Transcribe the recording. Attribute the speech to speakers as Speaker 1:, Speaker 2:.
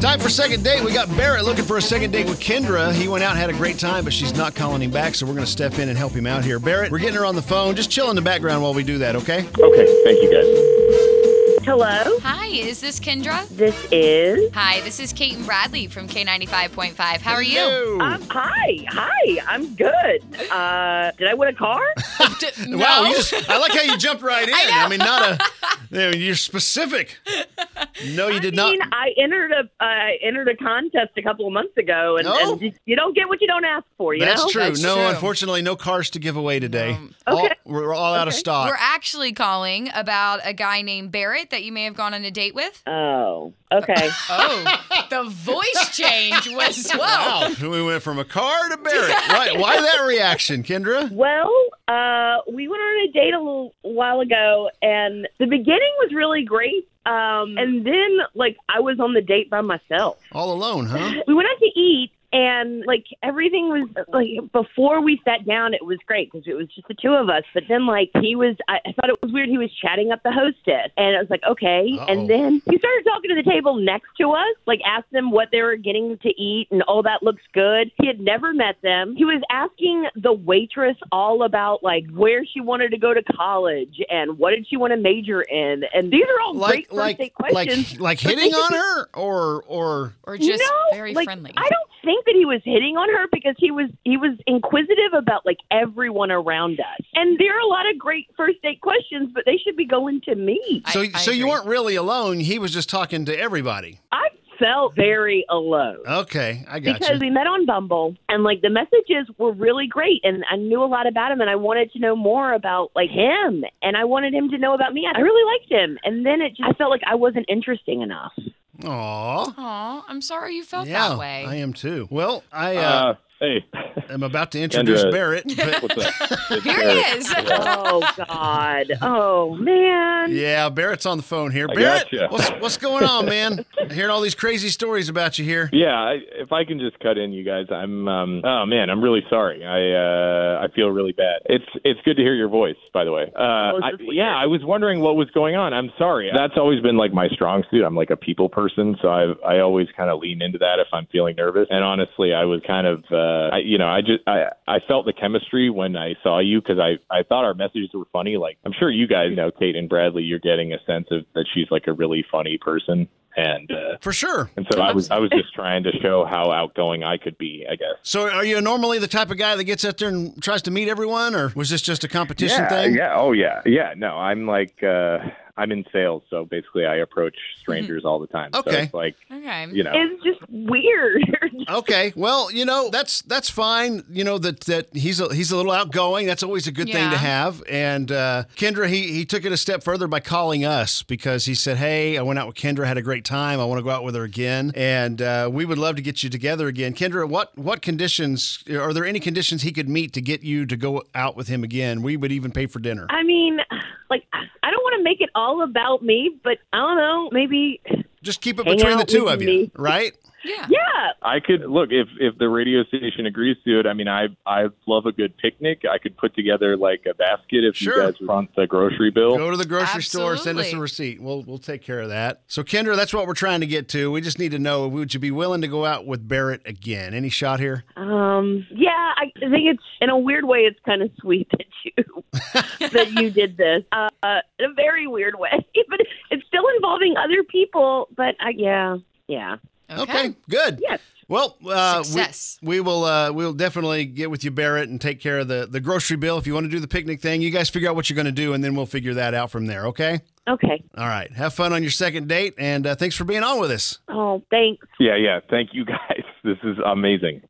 Speaker 1: Time for second date. We got Barrett looking for a second date with Kendra. He went out and had a great time, but she's not calling him back, so we're going to step in and help him out here. Barrett, we're getting her on the phone. Just chill in the background while we do that, okay?
Speaker 2: Okay, thank you guys.
Speaker 3: Hello,
Speaker 4: Hi, is this Kendra?
Speaker 3: this is.
Speaker 4: Hi, this is Kate and Bradley from K95.5. How are you?
Speaker 1: Hello.
Speaker 3: Um, hi, hi, I'm good. Uh, did I win a car?
Speaker 4: D- no.
Speaker 1: Wow, you just, I like how you jumped right in. I, mean, not a. you know, You're specific. No, you did
Speaker 3: I mean,
Speaker 1: not.
Speaker 3: I entered a I entered a contest a couple of months ago, and,
Speaker 1: No?
Speaker 3: and you- you don't get what you don't ask for. You
Speaker 1: That's
Speaker 3: know, Um,
Speaker 1: true.
Speaker 4: That's
Speaker 1: no,
Speaker 4: true.
Speaker 1: unfortunately, no cars to give away today. All,
Speaker 3: Okay.
Speaker 1: we're all out of
Speaker 3: Okay.
Speaker 1: stock.
Speaker 4: We're actually calling about a guy named Barrett that you may have gone on a date with.
Speaker 3: Oh, okay.
Speaker 4: Oh, the voice change was whoa.
Speaker 1: Wow, we went from a car to Barrett. Why, why that reaction, Kendra?
Speaker 3: well, uh, we went on a date a little while ago, and the beginning was really great. Um, and then, like, I was on the date by myself.
Speaker 1: All alone, huh?
Speaker 3: we went out to eat and like everything was like before we sat down it was great because it was just the two of us but then like he was I, I thought it was weird he was chatting up the hostess and i was like okay
Speaker 1: Uh-oh.
Speaker 3: and then he started talking to the table next to us like asked them what they were getting to eat and oh that looks good he had never met them he was asking the waitress all about like where she wanted to go to college and what did she want to major in and these are all
Speaker 1: Like,
Speaker 3: great first
Speaker 1: like,
Speaker 3: date questions
Speaker 1: like, like hitting on her, or, or
Speaker 4: Or just
Speaker 3: no,
Speaker 4: very
Speaker 3: like,
Speaker 4: friendly.
Speaker 3: I don't think that he was hitting on her because he was he was inquisitive about like everyone around us. And there are a lot of great first date questions, but they should be going to me.
Speaker 4: I-
Speaker 1: so,
Speaker 4: I
Speaker 1: so you
Speaker 4: agree.
Speaker 1: weren't really alone. He was just talking to everybody.
Speaker 3: I felt very alone.
Speaker 1: Okay, I got
Speaker 3: Because
Speaker 1: you.
Speaker 3: we met on Bumble and like the messages were really great and I knew a lot about him and I wanted to know more about like him and I wanted him to know about me. I really liked him and then it just I felt like I wasn't interesting enough.
Speaker 1: Aw,
Speaker 4: Aw, I'm sorry you felt
Speaker 1: yeah,
Speaker 4: that way.
Speaker 1: I am too. Well, I uh,
Speaker 2: Uh, hey,
Speaker 1: am about to introduce
Speaker 2: Kendra.
Speaker 1: Barrett. But
Speaker 2: what's up? It's
Speaker 4: Here
Speaker 2: Eric.
Speaker 4: he is.
Speaker 3: oh god. Oh man.
Speaker 1: yeah, Barrett's on the phone here.
Speaker 2: I
Speaker 1: Barrett,
Speaker 2: gotcha.
Speaker 1: what's what's going on, man? I'm hearing all these crazy stories about you here.
Speaker 2: Yeah, I, if I can just cut in, you guys, I'm. Um, oh man, I'm really sorry. I uh, I feel really bad. It's it's good to hear your voice, by the way. Uh,
Speaker 3: it's
Speaker 2: I,
Speaker 3: just weird.
Speaker 2: yeah, I was wondering what was going on. I'm sorry. That's always been like my strong suit. I'm like a people person, so I I always kind of lean into that if I'm feeling nervous. And honestly, I was kind of uh, I, you know I just I I felt the chemistry when I saw you because I I thought our messages were funny. Like I'm sure you guys know Kate and Bradley. You're getting a sense of that she's like a really funny person. And uh,
Speaker 1: For sure.
Speaker 2: and so I was I was just trying to show how outgoing I could be, I guess.
Speaker 1: So, are you normally the type of guy that gets out there and tries to meet everyone, or was this just a competition thing?
Speaker 2: yeah, oh yeah, yeah. No, I'm like uh, I'm in sales, so basically I approach strangers all the time.
Speaker 1: Mm-hmm. Okay.
Speaker 2: so it's like
Speaker 4: Okay.
Speaker 2: you know,
Speaker 3: It's just weird.
Speaker 1: Okay, well, you know that's that's fine. You know that that he's a, he's a little outgoing. That's always a good thing to
Speaker 4: Yeah.
Speaker 1: have. And uh, Kendra, he he took it a step further by calling us because he said, "Hey, I went out with Kendra, had a great time. I want to go out with her again, and uh, we would love to get you together again." Kendra, what what conditions are there? Any conditions he could meet to get you to go out with him again? We would even pay for dinner.
Speaker 3: I mean, like, I don't want to make it all about me, but I don't know. Maybe,
Speaker 1: Just keep it
Speaker 3: Hang
Speaker 1: between the
Speaker 3: out
Speaker 1: two
Speaker 3: with
Speaker 1: of you,
Speaker 3: me.
Speaker 1: right?
Speaker 4: Yeah.
Speaker 3: yeah.
Speaker 2: I could look if if the radio station agrees to it. I mean, I I love a good picnic. I could put together like a basket if
Speaker 1: Sure.
Speaker 2: you guys front the grocery bill.
Speaker 1: Go to the grocery store, send us a
Speaker 4: Absolutely.
Speaker 1: receipt. We'll we'll take care of that. So Kendra, that's what we're trying to get to. We just need to know would you be willing to go out with Barrett again? Any shot here?
Speaker 3: Um, yeah, I think it's, in a weird way, it's kind of sweet that you, that you did this. Uh, in a very weird way, but it's still involving other people, but I, yeah, yeah.
Speaker 1: good.
Speaker 3: Yes.
Speaker 1: Well, uh, we-
Speaker 4: Success.
Speaker 1: We, will uh, we'll definitely get with you, Barrett, and take care of the the grocery bill. If you want to do the picnic thing, you guys figure out what you're going to do, and then we'll figure that out from there. Okay.
Speaker 3: Okay.
Speaker 1: All right. Have fun on your second date, and uh, thanks for being on with us.
Speaker 3: Oh, thanks.
Speaker 2: Yeah, yeah. Thank you guys. This is amazing.